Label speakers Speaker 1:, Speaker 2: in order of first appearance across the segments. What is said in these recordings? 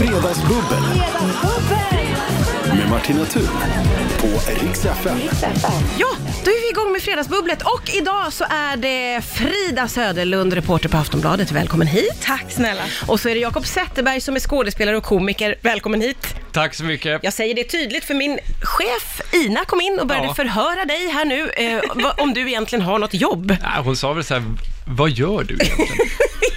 Speaker 1: Fredagsbubbel med Martina Thun på Rix FM.
Speaker 2: Ja, då är vi igång med Fredagsbubblet och idag så är det Frida Söderlund, reporter på Aftonbladet. Välkommen hit.
Speaker 3: Tack snälla.
Speaker 2: Och så är det Jakob Zetterberg som är skådespelare och komiker. Välkommen hit.
Speaker 4: Tack så mycket.
Speaker 2: Jag säger det tydligt för min chef Ina kom in och började
Speaker 4: Ja.
Speaker 2: förhöra dig här nu eh, vad- om du egentligen har något jobb.
Speaker 4: Nej, Äh, hon sa väl så här, vad gör du egentligen?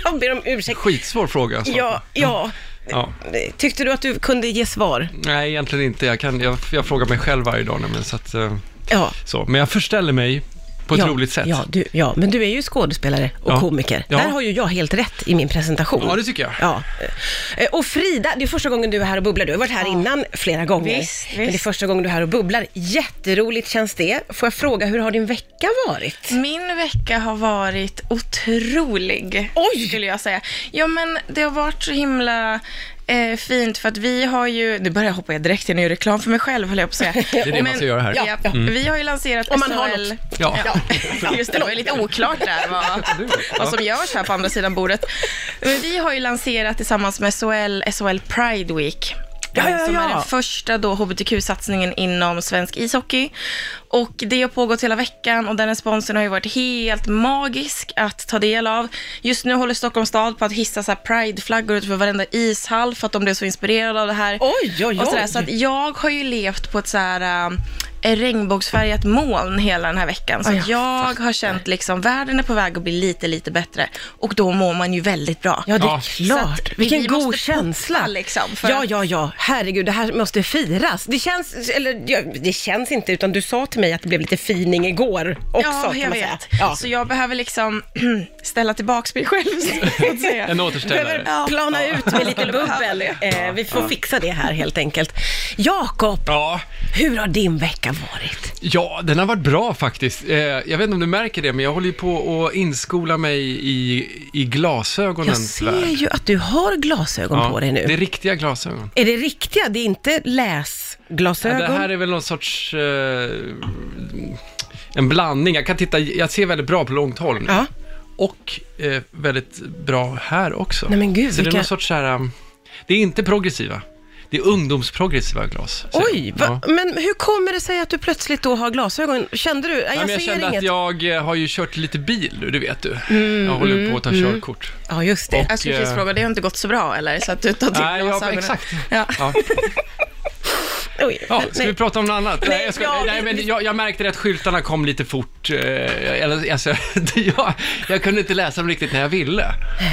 Speaker 2: Jag ber om ursäkt.
Speaker 4: Skitsvår fråga. sa hon.
Speaker 2: Ja, ja.
Speaker 4: ja.
Speaker 2: Tyckte du att du kunde ge svar?
Speaker 4: Nej, egentligen inte. Jag, kan, jag, jag frågar mig själv varje dag nämligen, så att, eh,
Speaker 2: Ja.
Speaker 4: så. Men jag förställer mig på ett
Speaker 2: ja,
Speaker 4: roligt sätt.
Speaker 2: Ja, du, ja, men du är ju skådespelare och
Speaker 4: Ja.
Speaker 2: komiker.
Speaker 4: Ja.
Speaker 2: Där har ju jag helt rätt i min presentation.
Speaker 4: Ja, det tycker jag.
Speaker 2: Ja. Eh, Och Frida, det är första gången du är här och bubblar. Du har varit här innan flera gånger.
Speaker 3: Visst,
Speaker 2: Men det är
Speaker 3: visst.
Speaker 2: första gången du är här och bubblar. Jätteroligt känns det. Får jag fråga, hur har din vecka varit?
Speaker 3: Min vecka har varit otrolig,
Speaker 2: Oj!
Speaker 3: skulle jag säga. Ja, men det har varit så himla eh, fint för att vi har ju, nu börjar jag hoppa direkt till nu reklam för mig själv, höll jag på att säga. Det
Speaker 4: det man ska göra här.
Speaker 3: Ja, Vi har ju lanserat
Speaker 2: Om man har
Speaker 3: SHL.
Speaker 2: något.
Speaker 4: Ja.
Speaker 3: Ja, Just det, det var ju lite oklart där vad, vad
Speaker 2: Alltså,
Speaker 3: som görs här på andra sidan bordet. Men vi har ju lanserat tillsammans med SHL, SHL Pride Week. Eh,
Speaker 2: Ja, ja,
Speaker 3: som
Speaker 2: ja.
Speaker 3: är den första då hbtq-satsningen inom svensk ishockey. Och det har pågått hela veckan och den responsen har ju varit helt magisk att ta del av. Just nu håller Stockholms stad på att hissa så här prideflaggor utanför varenda ishall för att de blev så inspirerade av det här.
Speaker 2: Oj, oj,
Speaker 3: Och
Speaker 2: oj.
Speaker 3: sådär, så att jag har ju levt på ett så här äh, regnbågsfärgat moln hela den här veckan. Så
Speaker 2: Ja, jag
Speaker 3: att jag har känt liksom världen är på väg att bli lite, lite bättre. Och då mår man ju väldigt bra.
Speaker 2: Ja, det är
Speaker 4: Ja.
Speaker 3: Så
Speaker 2: klart.
Speaker 3: att vi-
Speaker 2: Vilken
Speaker 3: vi måste
Speaker 2: god
Speaker 3: peppa,
Speaker 2: känsla.
Speaker 3: liksom, för
Speaker 2: ja,
Speaker 3: att-
Speaker 2: ja, ja. Herregud, det här måste firas. Det känns, eller ja, det känns inte, utan du sa till mig att det blev lite fining igår också.
Speaker 3: ja,
Speaker 2: kan
Speaker 3: jag
Speaker 2: man säga.
Speaker 3: vet.
Speaker 2: Ja.
Speaker 3: Så jag behöver liksom ställa tillbaks mig själv. så att säga.
Speaker 4: En återställare.
Speaker 3: Ja.
Speaker 2: Plana ut med lite
Speaker 3: Skulle behöva
Speaker 2: bubbel.
Speaker 3: det.
Speaker 2: Eh, vi får fixa det här helt enkelt. Jakob,
Speaker 4: Ja,
Speaker 2: hur har din vecka varit?
Speaker 4: ja, den har varit bra faktiskt. Eh, jag vet inte om du märker det, men jag håller ju på att inskola mig i, i glasögonen.
Speaker 2: Jag ser ju att du har glasögon på dig nu.
Speaker 4: Det är riktiga glasögon.
Speaker 2: Är det riktiga? Det är inte läsglasögon?
Speaker 4: Det här är väl någon sorts... Eh, en blandning. Jag kan titta, jag ser väldigt bra på långt håll nu.
Speaker 2: Ja.
Speaker 4: Och eh, väldigt bra här också.
Speaker 2: Nej, men gud,
Speaker 4: så det är
Speaker 2: vilka-
Speaker 4: någon sorts så här... um, Det är inte progressiva. Det är ungdomsprogressiva glas. säger
Speaker 2: Oj,
Speaker 4: de.
Speaker 2: va? men hur kommer det sig att du plötsligt då har glasögon? Kände du, "Nej,
Speaker 4: Ja,
Speaker 2: jag
Speaker 4: men jag
Speaker 2: ser
Speaker 4: kände
Speaker 2: inget? Mm,
Speaker 4: att jag eh, har ju kört lite bil nu, det vet du. jag håller på att ta körkort.
Speaker 2: Ja, just det.
Speaker 3: Jag skulle
Speaker 4: Och,
Speaker 3: precis
Speaker 4: eh,
Speaker 3: fråga, det har inte gått så bra eller? Så att du tar till
Speaker 4: Nej, ja,
Speaker 3: glasögonen.
Speaker 4: exakt.
Speaker 3: Ja.
Speaker 4: Ja.
Speaker 2: Oj,
Speaker 4: Ja,
Speaker 2: men-
Speaker 4: ska vi
Speaker 2: nej.
Speaker 4: prata om något annat? Nej, jag, ska,
Speaker 2: ja,
Speaker 4: nej,
Speaker 2: vi-
Speaker 4: men jag, jag märkte att skyltarna kom lite fort. Eh, eller, alltså, jag, jag kunde inte läsa dem riktigt när jag ville.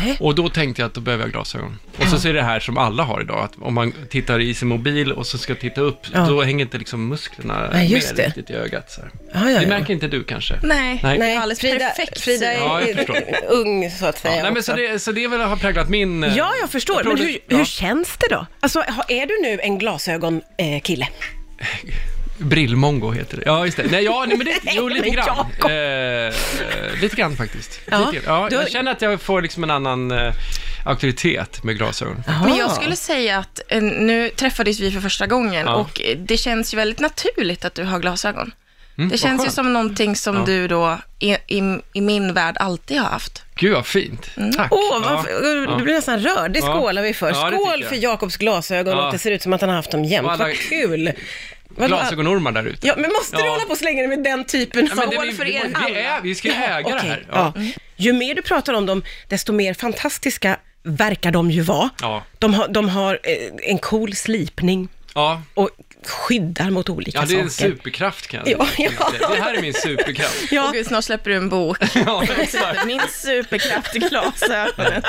Speaker 2: Nej.
Speaker 4: Och då tänkte jag att då behöver jag glasögon. Och så ser det här som alla har idag, att om man tittar i sin mobil och så ska titta upp,
Speaker 2: Ja.
Speaker 4: då hänger inte liksom musklerna
Speaker 2: Nej, just
Speaker 4: med
Speaker 2: det.
Speaker 4: riktigt i ögat. Så här.
Speaker 2: Ja, ja,
Speaker 4: Det
Speaker 2: ja.
Speaker 4: märker inte du kanske?
Speaker 3: Nej.
Speaker 4: Nej.
Speaker 3: Det var alldeles
Speaker 2: Frida,
Speaker 3: perfekt
Speaker 2: Frida är
Speaker 4: Ja, jag förstår.
Speaker 2: eh, ung så att säga.
Speaker 4: Nej, men
Speaker 2: också.
Speaker 4: så, det, så det väl har präglat min... eh,
Speaker 2: Ja, jag förstår.
Speaker 4: tror
Speaker 2: men
Speaker 4: det-
Speaker 2: hur,
Speaker 4: ja.
Speaker 2: hur känns det då? Alltså, ha- är du nu en glasögonkille? Eh, kille?
Speaker 4: Brillmongo heter det. Ja, just det. Nej, ja, nej men det, jo, lite
Speaker 2: Men
Speaker 4: grann.
Speaker 2: Jakob.
Speaker 4: Eh, lite grann faktiskt.
Speaker 2: Ja,
Speaker 4: Lite, ja,
Speaker 2: du-
Speaker 4: jag känner att jag får liksom en annan eh, auktoritet med glasögon.
Speaker 3: Men jag skulle säga att eh, nu träffades vi för första gången
Speaker 4: Ja.
Speaker 3: och eh, det känns ju väldigt naturligt att du har glasögon. det
Speaker 2: Mm,
Speaker 4: vad
Speaker 3: känns ju
Speaker 4: skönt.
Speaker 3: som någonting som du då i, i, i min värld alltid har haft.
Speaker 4: Gud, vad fint. Tack.
Speaker 2: Mm. Åh,
Speaker 4: Ja,
Speaker 2: varför- du blir nästan rörd. Det
Speaker 4: Ja.
Speaker 2: skålar vi för.
Speaker 4: Ja, det
Speaker 2: Skål
Speaker 4: tycker jag.
Speaker 2: för Jakobs glasögon
Speaker 4: Ja.
Speaker 2: och det ser ut som att han har haft dem jämt.
Speaker 4: Och alla-
Speaker 2: Vad kul! Vadå?
Speaker 4: Glasögonormar där ute.
Speaker 2: Ja, men måste du
Speaker 4: Ja.
Speaker 2: hålla på och slänga dig med den typen
Speaker 4: Ja,
Speaker 2: av...
Speaker 4: men det,
Speaker 3: Skål
Speaker 4: vi,
Speaker 3: för
Speaker 4: vi,
Speaker 3: er
Speaker 4: vi,
Speaker 3: alla.
Speaker 4: är, vi ska ju äga det
Speaker 2: Okej,
Speaker 4: här. Mm.
Speaker 2: ja. Ju mer du pratar om dem, desto mer fantastiska verkar de ju vara.
Speaker 4: Ja.
Speaker 2: De har, de har eh, en cool slipning
Speaker 4: ja.
Speaker 2: och skyddar mot olika
Speaker 4: Ja, det är en
Speaker 2: saker.
Speaker 4: superkraft kan jag
Speaker 2: Ja,
Speaker 4: säga.
Speaker 2: ja.
Speaker 4: Det här är min superkraft.
Speaker 2: Ja.
Speaker 3: Åh gud, snart släpper du en bok.
Speaker 4: Ja, exakt.
Speaker 3: Min superkraft i glasögonen.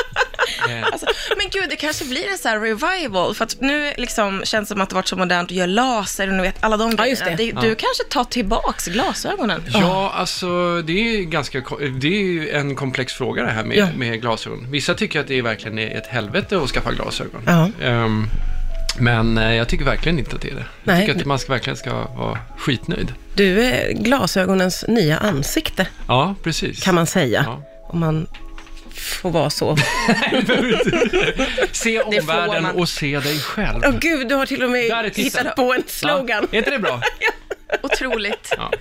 Speaker 3: Alltså, men gud, det kanske blir en sån här revival, för att nu liksom känns det som att det varit så modernt att göra laser och ni vet alla de grejerna.
Speaker 2: just det.
Speaker 3: Du kanske tar tillbaks glasögonen.
Speaker 4: Ja, alltså det är ju ganska, ko- det är ju en komplex fråga det här med,
Speaker 2: Ja.
Speaker 4: med glasögon. Vissa tycker att det är verkligen är ett helvete att skaffa glasögon.
Speaker 2: Ja.
Speaker 4: Ehm, men eh, jag tycker verkligen inte att det är det. Jag
Speaker 2: Nej.
Speaker 4: tycker att man ska, verkligen ska vara skitnöjd.
Speaker 2: Du är glasögonens nya ansikte,
Speaker 4: Ja, precis.
Speaker 2: kan man säga.
Speaker 4: Ja.
Speaker 2: Om man får vara så
Speaker 4: Se
Speaker 3: får
Speaker 4: omvärlden
Speaker 3: man.
Speaker 4: och se dig själv.
Speaker 2: Åh gud, du har till och med
Speaker 4: Där är
Speaker 2: hittat
Speaker 4: titeln.
Speaker 2: på en slogan.
Speaker 4: Ja, är inte det bra?
Speaker 3: Otroligt.
Speaker 4: Ja.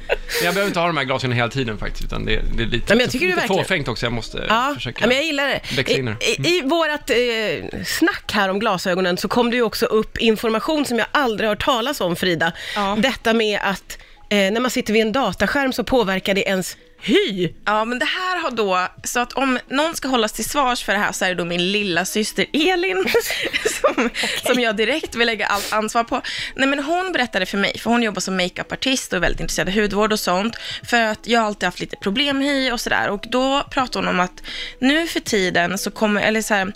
Speaker 4: Jag behöver inte ha de här glasen hela tiden faktiskt, utan det, det är lite,
Speaker 2: men jag tycker
Speaker 4: lite
Speaker 2: du verkligen-
Speaker 4: fåfängt också. Jag måste
Speaker 2: Ja,
Speaker 4: försöka.
Speaker 2: ja, men jag gillar det.
Speaker 4: växla in
Speaker 2: I,
Speaker 4: det.
Speaker 2: i, i vårt eh, snack här om glasögonen så kom det ju också upp information som jag aldrig hört talas om, Frida.
Speaker 3: Ja.
Speaker 2: Detta med att eh, när man sitter vid en dataskärm så påverkar det ens hy.
Speaker 3: Ja, men det här har då, så att om någon ska hållas till svars för det här så är det då min lilla syster Elin som, som jag direkt vill lägga allt ansvar på. Nej, men hon berättade för mig, för hon jobbar som makeupartist och är väldigt intresserad av hudvård och sånt, för att jag har alltid haft lite problem med hy och sådär. Och då pratade hon om att nu för tiden så kommer, eller så här,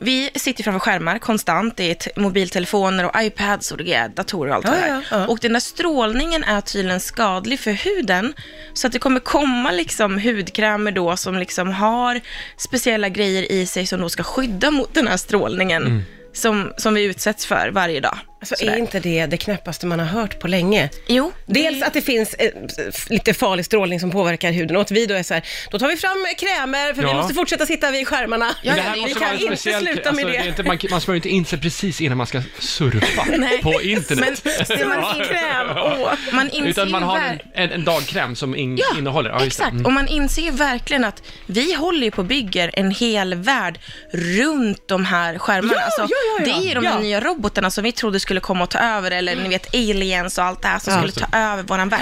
Speaker 3: vi sitter framför skärmar konstant, det är t- mobiltelefoner och iPads och det är datorer och allt
Speaker 2: Ja,
Speaker 3: det där.
Speaker 2: ja, ja.
Speaker 3: Och och den där strålningen är tydligen skadlig för huden. Så att det kommer komma liksom hudkrämer då som liksom har speciella grejer i sig som då ska skydda mot den här strålningen
Speaker 4: Mm.
Speaker 3: som, som vi utsätts för varje dag.
Speaker 2: Alltså
Speaker 3: Sådär.
Speaker 2: är inte det det knäppaste man har hört på länge?
Speaker 3: Jo,
Speaker 2: Dels att det finns eh, f- lite farlig strålning som påverkar huden och att vi då är så här, då tar vi fram krämer för vi
Speaker 4: Ja.
Speaker 2: måste fortsätta sitta vid skärmarna.
Speaker 3: Ja,
Speaker 4: det här
Speaker 3: vi
Speaker 4: måste
Speaker 2: vi
Speaker 4: vara
Speaker 2: kan
Speaker 4: en
Speaker 2: inte
Speaker 4: speciell-
Speaker 2: sluta med
Speaker 4: alltså, är
Speaker 2: det.
Speaker 4: inte, man, man smörjer inte in sig precis innan man ska surfa
Speaker 3: Nej.
Speaker 4: på internet.
Speaker 3: det man
Speaker 4: Ja.
Speaker 3: kräm. Åh, man inser
Speaker 4: Utan man
Speaker 3: ju
Speaker 4: har
Speaker 3: ver-
Speaker 4: en, en, en dagkräm som in,
Speaker 3: Ja,
Speaker 4: innehåller... Ja, just det. Mm.
Speaker 3: exakt.
Speaker 2: Mm.
Speaker 3: Och man inser ju verkligen att vi håller ju på och bygger en hel värld runt de här skärmarna.
Speaker 2: Ja,
Speaker 3: alltså,
Speaker 2: ja, ja, ja.
Speaker 3: Det är de
Speaker 2: Ja. Mm.
Speaker 3: här nya robotarna som vi trodde skulle komma och ta över, eller ni vet aliens och allt det här som
Speaker 2: Ja. Mm.
Speaker 3: skulle ta över våran värld.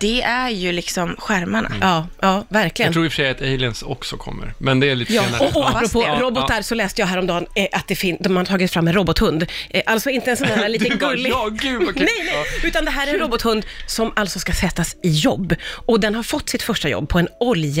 Speaker 3: Det är ju liksom skärmarna.
Speaker 2: Ja, ja,
Speaker 4: Jag
Speaker 2: verkligen.
Speaker 4: tror i och för sig att aliens också kommer, men det är lite
Speaker 3: Ja,
Speaker 4: senare.
Speaker 2: Och, och
Speaker 3: Ja,
Speaker 2: apropå
Speaker 3: fast det-
Speaker 2: robotar så läste jag häromdagen eh, att det fin- de har tagit fram en robothund. Eh, alltså inte en sån här lite
Speaker 4: Du bara,
Speaker 2: gullig.
Speaker 4: ja, gud, vad kul.
Speaker 2: nej, nej, utan det här är en robothund som alltså ska sättas i jobb. Och den har fått sitt första jobb på en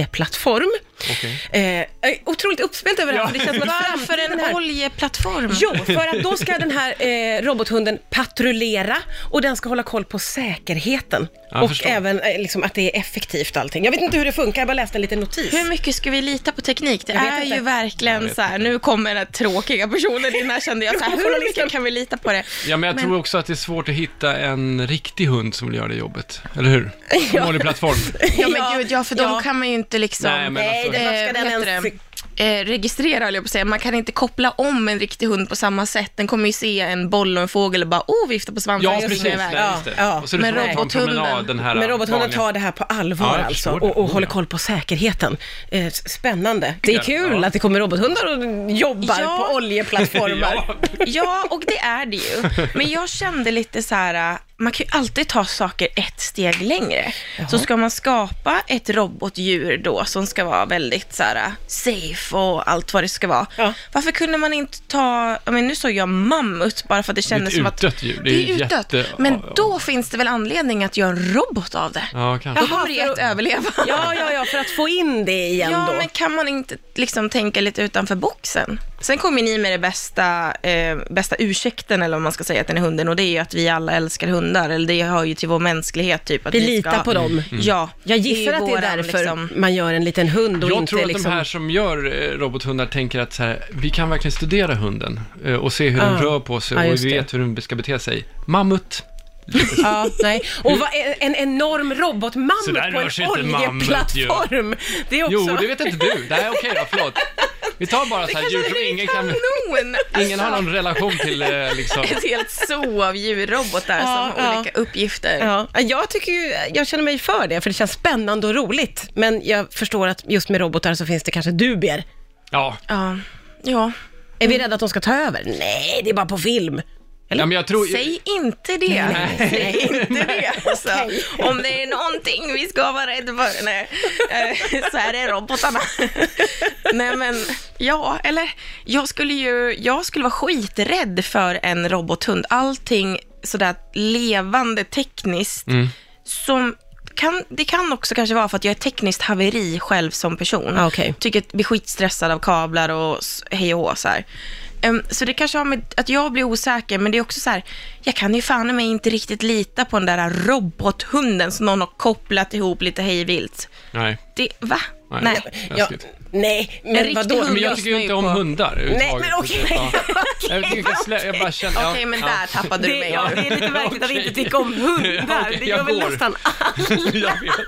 Speaker 2: oljeplattform.
Speaker 4: Okej.
Speaker 2: Eh, jag är otroligt uppspelt över det här, för det känns som att
Speaker 3: Varför
Speaker 2: framtiden
Speaker 3: en
Speaker 2: här-
Speaker 3: oljeplattform?
Speaker 2: Jo, för att då ska den här eh, robothunden patrullera och den ska hålla koll på säkerheten.
Speaker 4: Jag
Speaker 2: och
Speaker 4: förstår.
Speaker 2: även eh, liksom, att det är effektivt allting. Jag vet inte hur det funkar, jag bara läste en liten notis.
Speaker 3: Hur mycket ska vi lita på teknik? Det
Speaker 2: Jag vet
Speaker 3: är
Speaker 2: inte.
Speaker 3: ju verkligen så här, nu kommer den tråkiga personen in här kände jag så här, hur mycket kan vi lita på det?
Speaker 4: Ja, men jag tror också att det är svårt att hitta en riktig hund som vill göra det jobbet, eller hur? Som håller plattform.
Speaker 3: Ja men gud, ja för de kan man ju inte liksom...
Speaker 4: Nej, men
Speaker 2: Nej, det- Vad ska den
Speaker 3: Eh,
Speaker 4: alltså,
Speaker 3: vad heter
Speaker 2: ens-
Speaker 3: det? Eh, registrera, höll jag på att säga. Man kan inte koppla om en riktig hund på samma sätt. Den kommer ju se en boll och en fågel och bara, oh, vifta på svansen.
Speaker 4: Ja,
Speaker 3: och
Speaker 4: precis.
Speaker 3: springa iväg.
Speaker 4: Nej, just det.
Speaker 2: Ja,
Speaker 4: Och så du
Speaker 3: men
Speaker 4: får ta en
Speaker 3: robothunden-
Speaker 4: promenad den här
Speaker 2: Men robothunden
Speaker 4: vanliga-
Speaker 2: tar det här på allvar
Speaker 4: Ja, jag
Speaker 2: alltså
Speaker 4: förstår det.
Speaker 2: och, och
Speaker 4: Oh,
Speaker 2: håller
Speaker 4: ja.
Speaker 2: koll på säkerheten. Eh, s- spännande. Det är
Speaker 4: Ja.
Speaker 2: kul att det kommer robothundar och jobbar
Speaker 3: Ja.
Speaker 2: på oljeplattformar.
Speaker 4: Ja,
Speaker 3: Ja, och det är det ju. Men jag kände lite så här, äh, man kan ju alltid ta saker ett steg längre. Så ska man skapa ett robotdjur då som ska vara väldigt så här äh, safe och allt vad det ska vara.
Speaker 2: Ja.
Speaker 3: Varför kunde man inte ta, jag menar, nu såg jag mammut bara för att det kändes
Speaker 4: ett
Speaker 3: som att
Speaker 4: utdött djur. Det är
Speaker 3: är utdött.
Speaker 4: jätte-
Speaker 3: Men
Speaker 4: ja, ja.
Speaker 3: då finns det väl anledning att göra en robot av det.
Speaker 4: ja
Speaker 3: Då
Speaker 4: kanske.
Speaker 2: Jaha,
Speaker 3: kommer det ju
Speaker 2: för-
Speaker 3: att överleva.
Speaker 2: Ja, ja, ja, för att få in det igen
Speaker 3: Ja,
Speaker 2: då.
Speaker 3: men kan man inte liksom tänka lite utanför boxen? Sen kommer ni med det bästa, eh, bästa ursäkten, eller om man ska säga, till den här hunden. Och det är ju att vi alla älskar hundar. Eller det hör ju till vår mänsklighet, typ. Att
Speaker 2: Vi
Speaker 3: vi,
Speaker 2: litar
Speaker 3: ska, Mm.
Speaker 2: på dem.
Speaker 3: Ja.
Speaker 2: Jag gissar
Speaker 3: ju
Speaker 2: att det är
Speaker 3: våran,
Speaker 2: därför
Speaker 3: liksom-
Speaker 2: man gör en liten hund och
Speaker 4: Jag
Speaker 2: inte
Speaker 4: tror att
Speaker 2: liksom...
Speaker 4: de här som gör eh, robothundar tänker att så här, vi kan verkligen studera hunden eh, och se hur den
Speaker 2: Ah.
Speaker 4: rör på sig
Speaker 2: Ja,
Speaker 4: och
Speaker 2: just
Speaker 4: vi
Speaker 2: det.
Speaker 4: vet hur den ska bete sig. Mammut.
Speaker 2: Ja, nej. Och vad, en, en enorm
Speaker 4: Så där
Speaker 2: robotmammut på
Speaker 4: rör sig
Speaker 2: en
Speaker 4: inte mammut, ju.
Speaker 2: oljeplattform. Det är också...
Speaker 4: Jo, det vet inte du. Nej, okej då, förlåt. Vi tar bara så här djur som ingen kan...
Speaker 3: Kanon! Alltså,
Speaker 4: Ingen har någon relation till eh, liksom...
Speaker 3: Ett helt zoo av djurrobotar
Speaker 2: Ja,
Speaker 3: som har
Speaker 2: ja.
Speaker 3: olika uppgifter.
Speaker 2: Ja, jag, tycker ju, jag känner mig för det, för det känns spännande och roligt. Men jag förstår att just med robotar så finns det kanske dubier.
Speaker 4: Ja.
Speaker 3: Ja. ja.
Speaker 2: Är vi rädda att de ska ta över? Nej, det är bara på film.
Speaker 4: ja, men jag tror...
Speaker 3: Säg inte det. Säg inte det. Alltså, Om det är någonting vi ska vara rädda för nej, eh, så är det robotarna. Nej men, ja, eller jag skulle ju, jag skulle vara skiträdd för en robothund. Allting sådär levande tekniskt som kan, det kan också kanske vara för att jag är tekniskt haveri själv som person.
Speaker 2: Ah, okej.
Speaker 3: Tycker att blir skitstressad av kablar och s- hej och hå så här. Ehm, så det kanske har med att jag blir osäker, men det är också så här, jag kan ju fan i mig inte riktigt lita på den där robothunden som någon har kopplat ihop lite hejvilt.
Speaker 4: Nej.
Speaker 3: Det, va?
Speaker 4: Nej.
Speaker 3: Nej.
Speaker 2: Ja,
Speaker 4: Läskigt.
Speaker 2: nej,
Speaker 3: En
Speaker 2: men
Speaker 3: riktig
Speaker 2: vadå?
Speaker 4: Men
Speaker 3: hund.
Speaker 4: jag tycker ju
Speaker 3: lyssnar
Speaker 4: inte
Speaker 3: ju
Speaker 4: om
Speaker 3: på-
Speaker 4: hundar
Speaker 2: Nej,
Speaker 4: överhuvudtaget.
Speaker 2: men okej.
Speaker 4: Ja. Jag, tycker jag, slä- jag bara känner... ja,
Speaker 3: Okej, men
Speaker 4: ja.
Speaker 3: där tappade du
Speaker 2: Det,
Speaker 3: mig.
Speaker 2: ja, det är lite märkligt att vi inte tycker om hundar.
Speaker 4: Okej,
Speaker 2: det
Speaker 4: jag
Speaker 2: gör väl
Speaker 4: går.
Speaker 2: nästan
Speaker 4: Jag vet.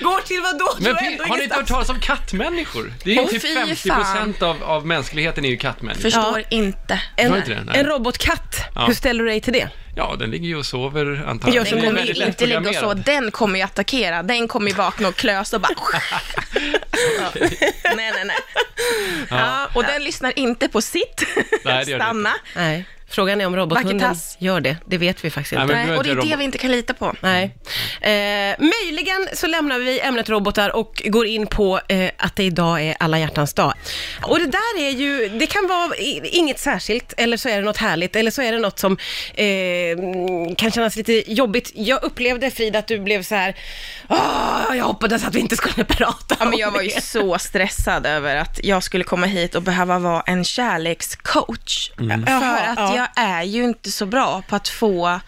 Speaker 2: Går till vadå?
Speaker 4: Men
Speaker 2: Tror jag
Speaker 4: vi,
Speaker 2: ändå
Speaker 4: har ni inte hört
Speaker 2: ingenstans.
Speaker 4: talas om kattmänniskor? Det är ju
Speaker 3: Åh,
Speaker 4: typ
Speaker 3: fy
Speaker 4: 50
Speaker 3: fan.
Speaker 4: procent av, av mänskligheten är ju kattmänniskor.
Speaker 3: Förstår inte.
Speaker 4: Har
Speaker 2: en,
Speaker 4: inte det? Nej.
Speaker 2: en robotkatt,
Speaker 4: Ja.
Speaker 2: hur ställer du dig till det?
Speaker 4: Ja, den ligger ju och sover antagligen.
Speaker 3: Den kommer ju inte ligga och så,
Speaker 4: lättprogrammerad.
Speaker 3: den kommer ju attackera. Den kommer ju vakna och klösa och bara... nej, nej, nej. Ja, och den lyssnar inte på sitt.
Speaker 4: Nej, det gör den
Speaker 3: Stanna.
Speaker 2: Nej. Frågan är om robothunden
Speaker 3: Vackert tass.
Speaker 2: gör det. Det vet vi faktiskt
Speaker 4: Nej,
Speaker 2: inte.
Speaker 4: men-
Speaker 3: Nej,
Speaker 4: nu är
Speaker 3: och det är
Speaker 4: inte
Speaker 3: det
Speaker 4: robot-
Speaker 3: vi inte kan lita på.
Speaker 2: Nej. Eh, möjligen så lämnar vi ämnet robotar och går in på eh, att det idag är alla hjärtans dag. Och det där är ju, det kan vara i- inget särskilt, eller så är det något härligt, eller så är det något som eh, mm, kan kännas lite jobbigt. Jag upplevde Frida att du blev så här, åh, jag hoppades att vi inte skulle prata
Speaker 3: Ja, men
Speaker 2: om
Speaker 3: jag var ju
Speaker 2: det."
Speaker 3: så stressad över att jag skulle komma hit och behöva vara en kärlekscoach. För
Speaker 2: Mm. Jaha,
Speaker 3: att
Speaker 2: ja.
Speaker 3: jag är ju inte så bra på att få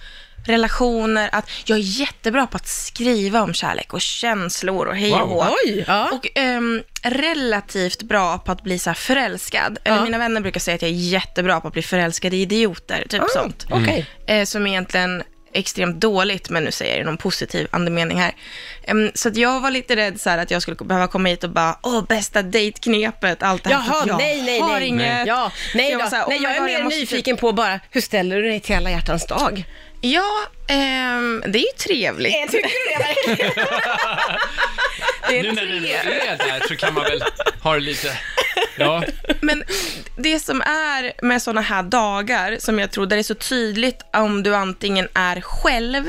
Speaker 3: relationer, att jag är jättebra på att skriva om kärlek och känslor och hej och
Speaker 4: Wow.
Speaker 3: hå.
Speaker 2: Oj, ja.
Speaker 3: Och ehm, relativt bra på att bli så här förälskad.
Speaker 2: Ja.
Speaker 3: Eller mina vänner brukar säga att jag är jättebra på att bli förälskad i idioter,
Speaker 2: Ah.
Speaker 3: typ sånt.
Speaker 2: Okej.
Speaker 3: Eh, som egentligen är extremt dåligt, men nu säger jag det i någon positiv andemening här. Em, så att jag var lite rädd så här att jag skulle behöva komma hit och bara, åh, bästa dejtknepet, allt det här. för
Speaker 2: Jaha,
Speaker 3: att jag
Speaker 2: nej, nej,
Speaker 3: har
Speaker 2: nej.
Speaker 3: inget.
Speaker 2: Ja, nej
Speaker 3: Så jag
Speaker 2: då.
Speaker 3: var så här,
Speaker 2: nej,
Speaker 3: "Oh my
Speaker 2: jag är
Speaker 3: God,
Speaker 2: mer
Speaker 3: måste typ-
Speaker 2: nyfiken på bara, hur ställer du dig till alla hjärtans dag?
Speaker 3: Ja, ehm, det är ju trevligt.
Speaker 2: Tycker du det verkligen?
Speaker 3: Det är
Speaker 4: Nu när
Speaker 3: trevligt.
Speaker 4: vi är där så kan man väl ha det lite... Ja,
Speaker 3: Men det som är med sådana här dagar, som jag tror, där det är så tydligt om du antingen är själv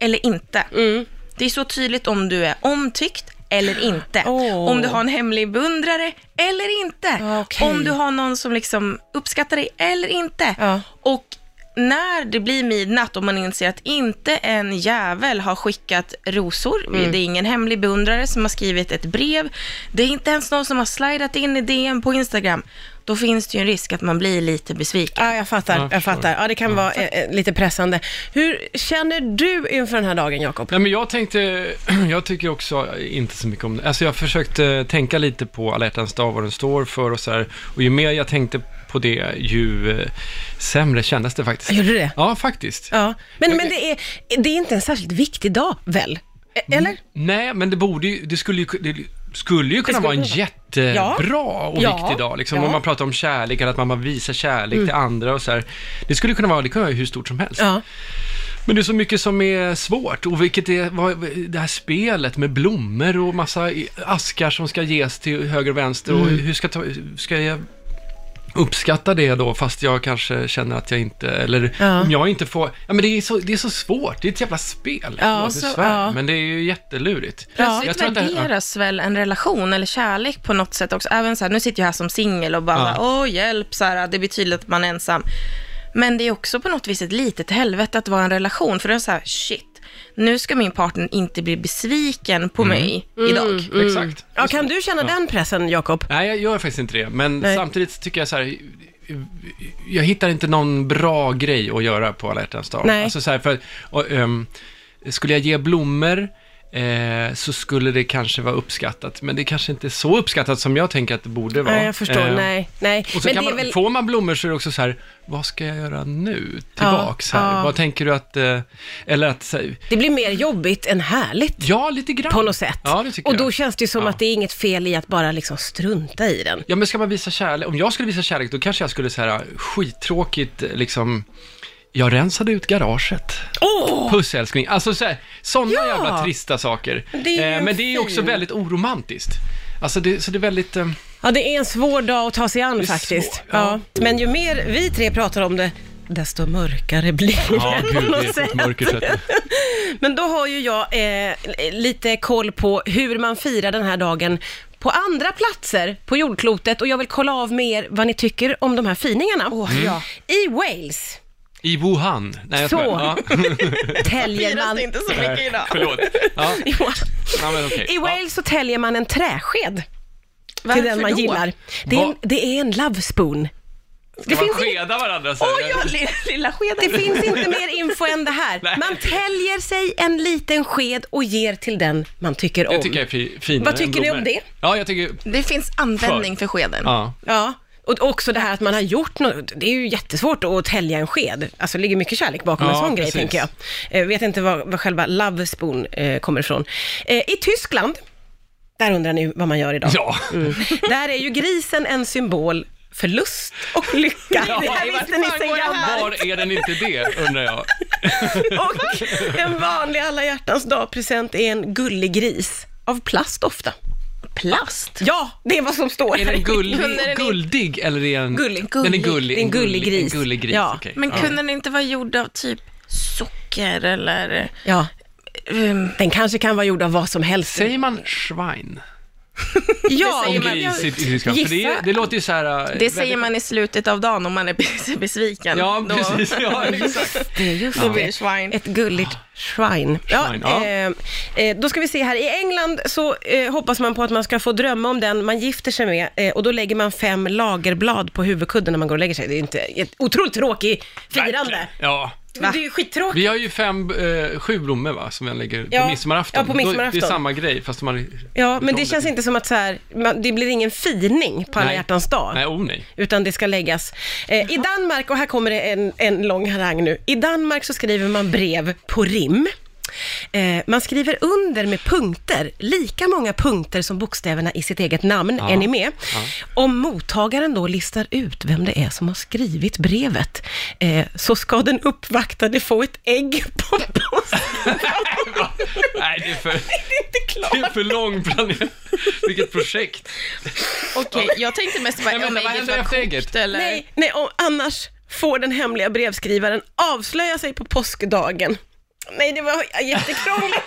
Speaker 3: eller inte.
Speaker 2: Mm.
Speaker 3: Det är så tydligt om du är omtyckt eller inte.
Speaker 2: Åh. Ah,
Speaker 3: Om du har en hemlig beundrare eller inte.
Speaker 2: Okej.
Speaker 3: Om du har någon som liksom uppskattar dig eller inte.
Speaker 2: Ja.
Speaker 3: Och när det blir midnatt och man inser att inte en jävel har skickat rosor, det är ingen hemlig beundrare som har skrivit ett brev, det är inte ens någon som har slidat in i DM på Instagram, då finns det ju en risk att man blir lite besviken.
Speaker 2: Ja, jag fattar.
Speaker 4: Ja,
Speaker 2: jag,
Speaker 4: jag förstår. Mm.
Speaker 2: fattar. Ja, det kan vara eh, eh, lite pressande. Hur känner du inför den här dagen, Jakob?
Speaker 4: Nej, men jag tänkte, jag tycker också inte så mycket om det. Alltså jag försökte tänka lite på alla hjärtans dag, vad den står för och så här. Och ju mer jag tänkte på det, ju eh, sämre kändes det faktiskt.
Speaker 2: Gjorde du det?
Speaker 4: Ja, faktiskt.
Speaker 2: Ja. Men, men det, är, det är inte en särskilt viktig dag, väl? E-
Speaker 4: Mm.
Speaker 2: Eller?
Speaker 4: Nej, men det borde ju, det skulle ju, det skulle ju kunna
Speaker 2: skulle
Speaker 4: vara en
Speaker 2: kunna
Speaker 4: jättebra och
Speaker 2: Ja.
Speaker 4: viktig dag, liksom.
Speaker 2: Ja. Mm.
Speaker 4: Om man pratar om kärlek, eller att man bara visar kärlek till andra och så här. Det skulle kunna vara, det kunde vara hur stort som helst.
Speaker 2: Ja.
Speaker 4: Men det är så mycket som är svårt och vilket är vad, det här spelet med blommor och massa i- askar som ska ges till höger och vänster och
Speaker 2: Mm.
Speaker 4: hur ska, ta, ska jag uppskatta det då fast jag kanske känner att jag inte, eller
Speaker 2: Ja.
Speaker 4: om jag inte får, ja men det är så, det är så svårt, det är ett jävla spel,
Speaker 2: Ja,
Speaker 4: ja,
Speaker 2: så-
Speaker 4: svär,
Speaker 2: ja.
Speaker 4: men det är ju jättelurigt.
Speaker 3: Plötsligt
Speaker 4: tror att det- ja.
Speaker 3: värderas väl en relation eller kärlek på något sätt också. Även så här, nu sitter jag här som singel och bara,
Speaker 4: Ja.
Speaker 3: så här, åh hjälp, så här, det blir tydligt att man är ensam. Men det är också på något vis ett litet helvete att vara i en relation, för det är så här, shit, nu ska min partner inte bli besviken på
Speaker 4: Mm.
Speaker 3: mig idag.
Speaker 4: Exakt.
Speaker 2: Ja, kan du känna den pressen, Jakob?
Speaker 4: Nej, jag gör faktiskt inte det. Men
Speaker 2: Nej.
Speaker 4: samtidigt så tycker jag så här, jag hittar inte någon bra grej att göra på alla hjärtans dag.
Speaker 2: Nej.
Speaker 4: Alltså så här, för, och, ehm, skulle jag ge blommor eh, så skulle det kanske vara uppskattat, men det kanske inte är så uppskattat som jag tänker att det borde vara.
Speaker 2: Nej, jag förstår.
Speaker 4: Eh,
Speaker 2: nej, nej.
Speaker 4: Och så
Speaker 2: Men det
Speaker 4: kan
Speaker 2: är
Speaker 4: man,
Speaker 2: väl...
Speaker 4: Får man blommor så är det också så här, vad ska jag göra nu? Tillbaks här.
Speaker 2: ja.
Speaker 4: Vad tänker du att, eh, eller att, så här,
Speaker 2: Det blir mer jobbigt än härligt.
Speaker 4: ja lite grann.
Speaker 2: På något sätt.
Speaker 4: Ja, det tycker
Speaker 2: och då
Speaker 4: jag.
Speaker 2: känns det ju som
Speaker 4: Ja.
Speaker 2: att det är inget fel i att bara liksom strunta i den.
Speaker 4: Ja men ska man visa kärlek, om jag skulle visa kärlek då kanske jag skulle säga skittråkigt liksom, jag rensade ut garaget.
Speaker 2: Åh!
Speaker 4: Puss älskling. Alltså så här, sådana
Speaker 2: Ja!
Speaker 4: jävla trista saker. Eh,
Speaker 2: Det är ju en
Speaker 4: men det är ju också
Speaker 2: fin-
Speaker 4: väldigt oromantiskt. Alltså det, så det är väldigt, eh,
Speaker 2: Ja, det är en svår dag att ta sig an
Speaker 4: är
Speaker 2: faktiskt.
Speaker 4: svår,
Speaker 2: ja.
Speaker 4: ja.
Speaker 2: Men ju mer vi tre pratar om det, desto mörkare blir det.
Speaker 4: ja
Speaker 2: på
Speaker 4: gud
Speaker 2: något
Speaker 4: det är
Speaker 2: sätt.
Speaker 4: ett mörkersätt.
Speaker 2: Men då har ju jag eh, lite koll på hur man firar den här dagen på andra platser på jordklotet och jag vill kolla av med er vad ni tycker om de här finingarna. Mm. I Wales
Speaker 4: I Wuhan. Nej jag
Speaker 2: Så.
Speaker 4: skojar. Ja,
Speaker 2: täljer
Speaker 3: Firas
Speaker 2: man...
Speaker 3: det inte så mycket idag?
Speaker 4: förlåt. Ja,
Speaker 2: Jo.
Speaker 4: nej, men okej.
Speaker 2: I Wales så täljer man en träsked
Speaker 3: Varför
Speaker 2: till den man
Speaker 3: då?
Speaker 2: gillar. Det är, en,
Speaker 4: Va?
Speaker 2: det är en love spoon.
Speaker 4: Ja.
Speaker 2: Det
Speaker 4: Ska man
Speaker 2: finns, in,
Speaker 4: skeda varandra så här?
Speaker 3: Åh, ja, li- lilla skeden.
Speaker 2: det finns inte mer info än det här.
Speaker 4: Nej.
Speaker 2: Man täljer sig en liten sked och ger till den man tycker om.
Speaker 4: Det tycker jag är fi- finare
Speaker 2: Vad
Speaker 4: än
Speaker 2: tycker ni om
Speaker 4: blommor.
Speaker 2: det?
Speaker 4: Ja, jag tycker,
Speaker 3: Det finns användning för skeden.
Speaker 4: ja.
Speaker 2: Ja, och också det här att man har gjort något. Det är ju jättesvårt att tälja en sked. Alltså det ligger mycket kärlek bakom en
Speaker 4: Ja,
Speaker 2: sån
Speaker 4: precis.
Speaker 2: grej, tänker jag. Eh, vet inte var, var själva Love Spoon eh, kommer ifrån. Eh, I Tyskland, där undrar ni vad man gör idag.
Speaker 4: Ja.
Speaker 2: Där är ju grisen en symbol förlust och lycka.
Speaker 4: Ja,
Speaker 2: det här
Speaker 3: i vart
Speaker 2: visste ni
Speaker 3: fan
Speaker 2: sen
Speaker 3: går det
Speaker 2: gammalt.
Speaker 3: här?
Speaker 4: Var är den inte det, undrar jag.
Speaker 2: Och en vanlig alla hjärtans dag-present är en gullig gris. Av plast ofta.
Speaker 3: Plast?
Speaker 2: Ja, det är vad som står
Speaker 4: Är den gullig,
Speaker 3: Kunde den inte-
Speaker 4: guldig eller är den...
Speaker 2: Gullig.
Speaker 4: Den är gullig.
Speaker 2: Det är en gullig gris.
Speaker 4: En gullig gris,
Speaker 2: Ja.
Speaker 4: okej.
Speaker 3: Men
Speaker 4: Ja.
Speaker 3: kunde den inte vara gjord av typ socker eller... eh,
Speaker 2: Ja,
Speaker 3: ehm,
Speaker 2: den kanske kan vara gjord av vad som helst.
Speaker 4: Säger man schwein?
Speaker 2: Ja,
Speaker 3: säger
Speaker 4: Om
Speaker 3: man-
Speaker 4: gris i i Tyskland? För det,
Speaker 2: Gissa.
Speaker 4: är- det låter ju så här... eh,
Speaker 3: det säger man i slutet av dagen om man är besviken.
Speaker 4: Ja,
Speaker 3: Då-
Speaker 4: precis. Ja, exakt.
Speaker 2: det är just
Speaker 3: Då blir det schwein.
Speaker 2: Ett gulligt shrine. Ja,
Speaker 4: Shrine, ja.
Speaker 2: eh, eh, då ska vi se här. I England så eh, hoppas man på att man ska få drömma om den man gifter sig med eh, och då lägger man fem lagerblad på huvudkudden när man går och lägger sig. Det är inte ett otroligt tråkigt firande.
Speaker 4: Ja.
Speaker 2: Det är ju skittråkigt.
Speaker 4: Vi har ju fem, eh, sju blommor va, som jag lägger
Speaker 2: Ja.
Speaker 4: på midsommarafton.
Speaker 2: Ja, på
Speaker 4: Då-
Speaker 2: midsommarafton.
Speaker 4: Det är samma grej, fast man...
Speaker 2: Ja, men det känns inte som att så här, man, det blir ingen fining på alla
Speaker 4: Nej.
Speaker 2: hjärtans dag.
Speaker 4: Nej, oh nej.
Speaker 2: utan det ska läggas. Eh, I Danmark, och här kommer det en, en lång harang nu. I Danmark så skriver man brev på rim. Eh, man skriver under med punkter, lika många punkter som bokstäverna i sitt eget namn, är ni med? Om mottagaren då listar ut vem det är som har skrivit brevet, eh, så ska den uppvaktade få ett ägg på posten.
Speaker 4: Nej, det är för,
Speaker 2: Det är inte klart.
Speaker 4: det är för lång planering. Vilket projekt.
Speaker 3: Okej, jag tänkte mest bara
Speaker 4: Jag
Speaker 3: om
Speaker 4: menar, vad
Speaker 3: ägget
Speaker 4: händer
Speaker 3: var
Speaker 4: efter ägget?
Speaker 3: kokt eller...
Speaker 2: Nej, nej och annars får den hemliga brevskrivaren avslöja sig på påskdagen. Nej, det var jättekrångligt.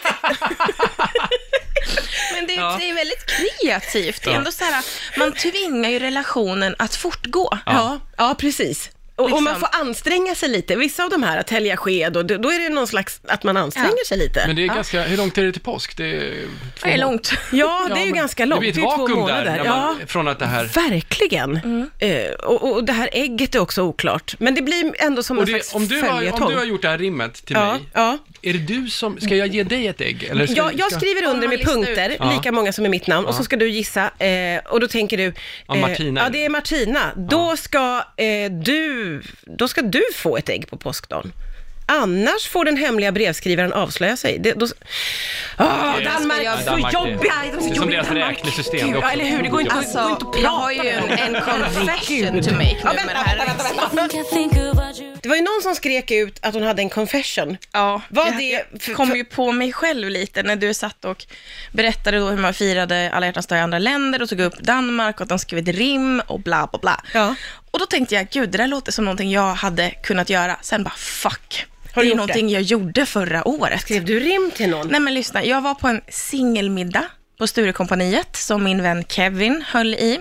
Speaker 3: Men det,
Speaker 4: Ja.
Speaker 3: det är väldigt kreativt. Det är
Speaker 4: Ja.
Speaker 3: ändå så här, man tvingar ju relationen att fortgå.
Speaker 2: ja, ja, precis. Och, och man får
Speaker 3: Liksom.
Speaker 2: anstränga sig lite. Vissa av de här, att tälja sked, och då, då är det någon slags att man anstränger
Speaker 3: Ja.
Speaker 2: sig lite.
Speaker 4: Men det är ganska, hur långt är det till påsk? Det är, två
Speaker 3: Det är
Speaker 4: må-
Speaker 3: långt.
Speaker 2: Ja,
Speaker 4: Ja,
Speaker 2: det är ju
Speaker 4: men
Speaker 2: ganska långt.
Speaker 4: Det
Speaker 2: Det,
Speaker 4: blir
Speaker 2: är
Speaker 4: ett
Speaker 2: ju två
Speaker 4: vakuum
Speaker 2: månader.
Speaker 4: där, när
Speaker 2: ja.
Speaker 4: man, från att det här... Mm.
Speaker 2: Verkligen. Eh, och, och det här ägget är också oklart. Men det blir ändå som
Speaker 4: Och
Speaker 2: en
Speaker 4: det,
Speaker 2: slags
Speaker 4: om, du har, om
Speaker 2: följetong.
Speaker 4: du har gjort det här rimmet till
Speaker 2: ja,
Speaker 4: mig,
Speaker 2: ja.
Speaker 4: är det du som, ska jag ge dig ett ägg? Eller ska,
Speaker 2: Jag, jag
Speaker 4: ska-
Speaker 2: skriver
Speaker 3: Ja,
Speaker 2: under
Speaker 3: man
Speaker 2: med
Speaker 3: listar
Speaker 2: punkter,
Speaker 4: Ja.
Speaker 2: lika många som är mitt namn, och så ska du gissa. Eh, och då tänker du... Eh,
Speaker 4: Ja, Martina är
Speaker 2: Ja, det är Martina. Då, ska, eh, du, då ska du få ett ägg på påskdagen. Annars får den hemliga brevskrivaren avslöja sig. Det, då, oh,
Speaker 4: det-
Speaker 2: Danmark,
Speaker 3: Ja,
Speaker 2: så
Speaker 4: Danmark, det-
Speaker 2: jobbigt!
Speaker 4: det är som deras räknesystem, det är
Speaker 2: Ja,
Speaker 4: också
Speaker 2: eller hur? Det går inte,
Speaker 3: Alltså,
Speaker 2: det går inte att
Speaker 3: jag
Speaker 2: prata
Speaker 3: har ju
Speaker 2: med dem.
Speaker 3: en, en confession to make nu
Speaker 2: Ja,
Speaker 3: med
Speaker 2: vänta,
Speaker 3: det här.
Speaker 2: vänta, vänta, vänta.
Speaker 5: think I think about you.
Speaker 2: Det var ju någon som skrek ut att hon hade en confession.
Speaker 3: Ja,
Speaker 2: Vad
Speaker 3: jag,
Speaker 2: det- för-
Speaker 3: jag kom ju på mig själv lite när du satt och berättade då hur man firade alla hjärtans dag i andra länder och tog upp Danmark och att de skrev ett rim och bla bla bla.
Speaker 2: Ja.
Speaker 3: Och då tänkte jag, gud det där låter som någonting jag hade kunnat göra. Sen bara fuck,
Speaker 2: Har du
Speaker 3: det är
Speaker 2: gjort
Speaker 3: någonting jag gjorde förra året.
Speaker 2: Skrev du rim till någon?
Speaker 3: Nej men lyssna, jag var på en singelmiddag på Sturecompagniet som min vän Kevin höll i.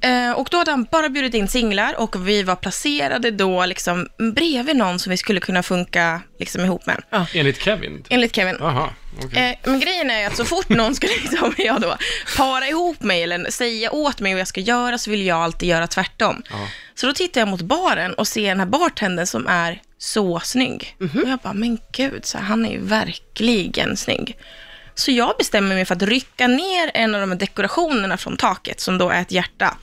Speaker 3: Eh, och då hade han bara bjudit in singlar och vi var placerade då liksom bredvid någon som vi skulle kunna funka liksom ihop med.
Speaker 4: Enligt Kevin?
Speaker 3: Enligt Kevin.
Speaker 4: Aha, okej.
Speaker 3: Eh, men grejen är ju att så fort någon ska liksom, jag då, para ihop mig eller säga åt mig vad jag ska göra så vill jag alltid göra tvärtom. Så då tittar jag mot baren och ser den här bartendern som är så snygg. Och jag bara, men gud, så här, han är ju verkligen snygg. Så jag bestämmer mig för att rycka ner en av de här dekorationerna från taket, som då är ett hjärta.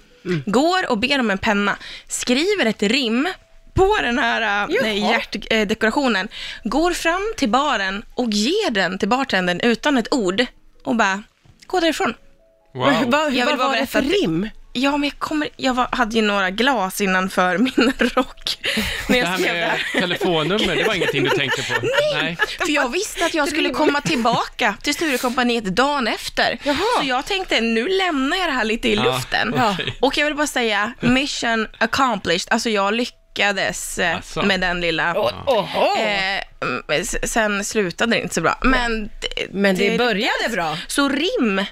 Speaker 3: Går och ber om en penna, skriver ett rim på den här
Speaker 2: Jaha.
Speaker 3: eh, hjärtdekorationen, går fram till baren och ger den till bartendern utan ett ord och bara, gå därifrån.
Speaker 2: Vad-
Speaker 4: Wow.
Speaker 2: Vad,
Speaker 3: Jag
Speaker 2: vad
Speaker 3: vill bara
Speaker 2: var det för
Speaker 3: berätta att-
Speaker 2: rim?
Speaker 3: Ja, men jag, kommer, jag var, hade ju några glas innanför min rock när
Speaker 4: Det
Speaker 3: jag
Speaker 4: här
Speaker 3: skrev det
Speaker 4: med
Speaker 3: här.
Speaker 4: telefonnummer, det var ingenting du tänkte på? Nej.
Speaker 3: För jag visste att jag skulle komma tillbaka till Sturecompagniet dagen efter. Så jag tänkte, nu lämnar jag det här lite i
Speaker 4: Ja,
Speaker 3: luften.
Speaker 4: okej.
Speaker 3: Och jag vill bara säga, mission accomplished. Alltså jag lyckades eh,
Speaker 4: Asså.
Speaker 3: med den lilla.
Speaker 2: Oho.
Speaker 3: Eh, mm, s- sen slutade det inte så bra. Men, d-
Speaker 2: Men det började bra.
Speaker 3: Så rim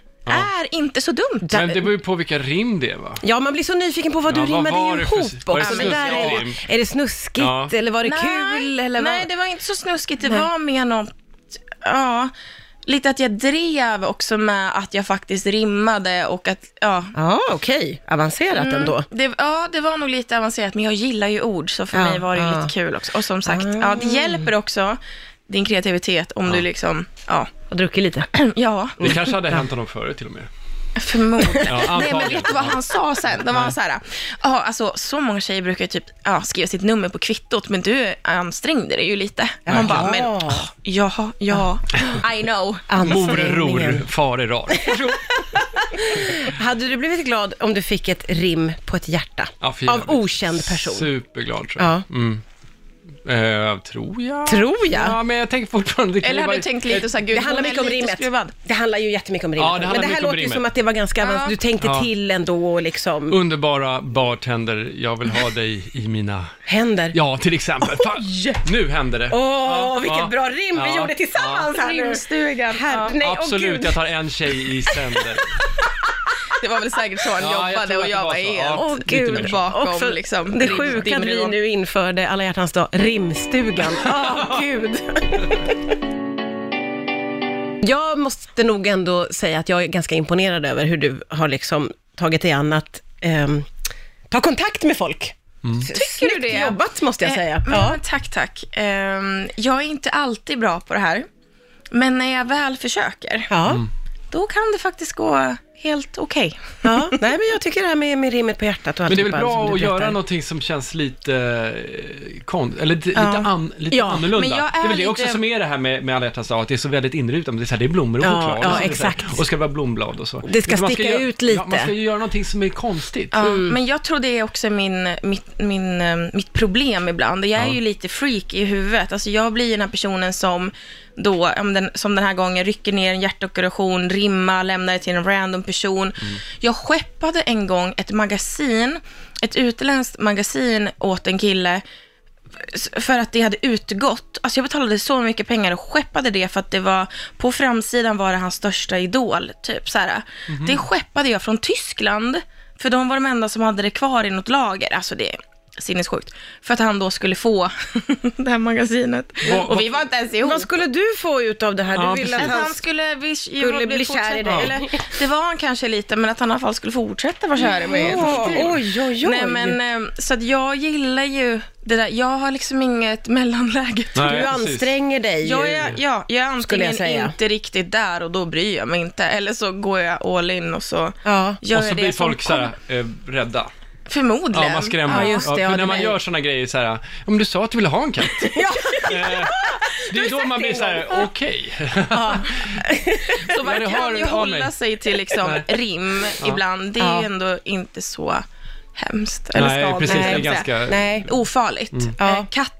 Speaker 3: är inte så dumt.
Speaker 4: Men det beror ju på vilka rim det är va?
Speaker 2: Ja, man blir så nyfiken på vad
Speaker 4: Ja,
Speaker 2: du
Speaker 4: vad
Speaker 2: rimmade
Speaker 4: var det
Speaker 2: ihop
Speaker 4: för- var det
Speaker 2: också. Men där är,
Speaker 4: snuskigt?
Speaker 2: det, är det snuskigt
Speaker 4: Ja.
Speaker 2: eller var det kul? Eller
Speaker 3: nej,
Speaker 2: vad?
Speaker 3: det var inte så snuskigt. Det var mer något, ja, lite att jag drev också med att jag faktiskt rimmade och att, ja.
Speaker 2: Ja, okej. Avancerat
Speaker 3: Mm.
Speaker 2: ändå.
Speaker 3: Det, ja, det var nog lite avancerat, men jag gillar ju ord, så för
Speaker 2: Ja,
Speaker 3: mig var det ju
Speaker 2: ja. Ah.
Speaker 3: lite kul också. Och som sagt, ja, det hjälper också din kreativitet om du liksom, ja,
Speaker 2: Och druckit lite.
Speaker 3: ja,
Speaker 4: Det kanske hade hänt honom förut till och med.
Speaker 3: förmodligen.
Speaker 4: Ja,
Speaker 3: Nej, men
Speaker 4: antagligen.
Speaker 3: vet du vad han sa sen? De var så här, ja, alltså så många tjejer brukar ju typ ja, skriva sitt nummer på kvittot, men du ansträngde dig ju lite. Han bara, men åh,
Speaker 2: ah,
Speaker 3: ja, ja, I know.
Speaker 2: Alltså,
Speaker 4: Mor, ror, far är rar.
Speaker 2: Hade du blivit glad om du fick ett rim på ett hjärta?
Speaker 4: Ja, för
Speaker 2: av
Speaker 4: jävligt.
Speaker 2: okänd person?
Speaker 4: Superglad tror jag.
Speaker 2: Ja.
Speaker 4: Mm. Eh, tror jag?
Speaker 2: Tror jag.
Speaker 4: Ja, men jag tänker fortfarande... det kan
Speaker 3: Eller
Speaker 4: ju
Speaker 3: hade du
Speaker 4: vara-
Speaker 3: tänkt lite så här, gud,
Speaker 2: Det handlar
Speaker 3: hon är
Speaker 2: mycket om
Speaker 3: lite
Speaker 2: rimmet.
Speaker 3: skruvad.
Speaker 2: Det handlar ju jättemycket om rimmet.
Speaker 4: Ja, det handlar
Speaker 2: Men det här
Speaker 4: mycket om
Speaker 2: låter ju
Speaker 4: rimmet.
Speaker 2: som att det var ganska avancerat. Du tänkte
Speaker 4: Ja.
Speaker 2: till ändå och liksom...
Speaker 4: Underbara bartender, jag vill ha dig i mina...
Speaker 2: Händer.
Speaker 4: Ja, till exempel. Fan, nu hände det.
Speaker 2: Åh,
Speaker 4: Ja,
Speaker 2: vilket
Speaker 4: ja.
Speaker 2: bra rim vi
Speaker 4: Ja,
Speaker 2: gjorde tillsammans här nu.
Speaker 3: Rimstugan.
Speaker 2: Här,
Speaker 3: Ja.
Speaker 2: nej, åh
Speaker 4: Absolut,
Speaker 2: gud.
Speaker 4: jag tar en tjej i sänder.
Speaker 3: Det var väl säkert så han
Speaker 4: Ja, jag
Speaker 3: jobbade
Speaker 4: tror att
Speaker 3: och
Speaker 4: det
Speaker 3: jag
Speaker 4: var
Speaker 3: var
Speaker 4: så.
Speaker 3: helt
Speaker 4: Ja,
Speaker 2: Åh
Speaker 4: lite
Speaker 2: gud,
Speaker 4: mer så.
Speaker 3: bakom
Speaker 2: Också
Speaker 3: liksom.
Speaker 2: det
Speaker 3: rim-
Speaker 2: sjuka att vi
Speaker 3: dimridån.
Speaker 2: nu införde alla hjärtans dag, rimstugan. Åh gud. Jag måste nog ändå säga att jag är ganska imponerad över hur du har liksom tagit dig an att ehm, ta kontakt med folk.
Speaker 4: Mm.
Speaker 3: Tycker du det?
Speaker 2: jobbat måste jag
Speaker 3: Eh,
Speaker 2: säga.
Speaker 3: men
Speaker 2: Ja.
Speaker 3: Tack, tack. Ehm, jag är inte alltid bra på det här, men när jag väl försöker,
Speaker 2: Ja.
Speaker 4: Mm.
Speaker 3: då kan det faktiskt gå helt okej.
Speaker 2: ja. Nej, men jag tycker det här med, med rimmet på hjärtat och
Speaker 4: Men det är väl
Speaker 2: alltihopa som du
Speaker 4: bra att
Speaker 2: berättar.
Speaker 4: göra någonting som känns lite eh, kon, eller lite, lite, an, lite
Speaker 2: Ja,
Speaker 4: annorlunda.
Speaker 3: men jag
Speaker 4: det är
Speaker 3: är
Speaker 4: väl det också
Speaker 3: lite-
Speaker 4: som är det här med, med alla hjärtans dag, att det är så väldigt inrutat. Det är, så här, det är blommor och
Speaker 2: Ja,
Speaker 4: choklad. och
Speaker 2: ja,
Speaker 4: så vidare.
Speaker 2: exakt.
Speaker 4: Och ska det vara blomblad och så.
Speaker 2: Det ska
Speaker 4: Men man
Speaker 2: sticka
Speaker 4: göra-
Speaker 2: ut lite.
Speaker 4: Ja, man ska ju göra någonting som är konstigt.
Speaker 3: Ja, Men jag tror det är också min, mitt, min, eh, mitt problem ibland. Jag är ju lite freak i huvudet. Alltså jag blir den här personen som då, ja, men den, som den här gången, rycker ner en hjärtoperation, rimmar, lämnar det till en random person. Jag skeppade en gång ett magasin, ett utländskt magasin åt en kille s- för att det hade utgått. Alltså jag betalade så mycket pengar och skeppade det för att det var, på framsidan var det hans största idol, typ så här.
Speaker 4: Mhm.
Speaker 3: Det skeppade jag från Tyskland, för de var de enda som hade det kvar i något lager. Alltså det är sinnessjukt. För att han då skulle få det här magasinet.
Speaker 4: Vad-
Speaker 3: och vi var inte ens ihop.
Speaker 2: Vad skulle du få ut av det här? Du
Speaker 4: Ja,
Speaker 2: vill
Speaker 4: precis.
Speaker 2: att
Speaker 3: Att han
Speaker 2: han...
Speaker 3: skulle bli,
Speaker 2: skulle bli kär i dig.
Speaker 3: fortsätta- Eller, det var han kanske lite, men att han i alla fall skulle fortsätta vara kär i mig.
Speaker 2: Åh, oj, oj, oj.
Speaker 3: Nej, men, eh, så att jag gillar ju det där. Jag har liksom inget mellanläge.
Speaker 4: Nej,
Speaker 2: Du
Speaker 4: precis.
Speaker 2: anstränger dig ju.
Speaker 3: Jag är, ja, jag är
Speaker 2: Skulle jag
Speaker 3: antingen
Speaker 2: säga.
Speaker 3: inte riktigt där och då bryr jag mig inte, eller så går jag all in och så
Speaker 2: Ja.
Speaker 3: gör
Speaker 4: och så
Speaker 3: jag
Speaker 4: blir
Speaker 3: det som
Speaker 4: folk så här,
Speaker 3: kom-
Speaker 4: eh, rädda.
Speaker 3: Förmodligen.
Speaker 4: Ja, man skrämmer.
Speaker 2: Ja, just det, ja, det
Speaker 4: för när man
Speaker 2: blir-
Speaker 4: gör sådana grejer så här, ja men du sa att du ville ha en katt. Eh, det är då man blir så här, okej.
Speaker 3: Så
Speaker 4: Ja, det
Speaker 3: man
Speaker 4: har-
Speaker 3: kan ju
Speaker 4: har
Speaker 3: hålla
Speaker 4: mig.
Speaker 3: sig till liksom
Speaker 4: Nej.
Speaker 3: rim ibland. Det är
Speaker 2: Ja.
Speaker 3: ju ändå inte så hemskt. Eller
Speaker 4: Nej,
Speaker 3: skadligt,
Speaker 4: precis. Det
Speaker 3: ska
Speaker 4: är
Speaker 3: jag säga.
Speaker 4: ganska...
Speaker 2: Nej.
Speaker 3: ofarligt.
Speaker 2: Ja.
Speaker 3: Eh, Katter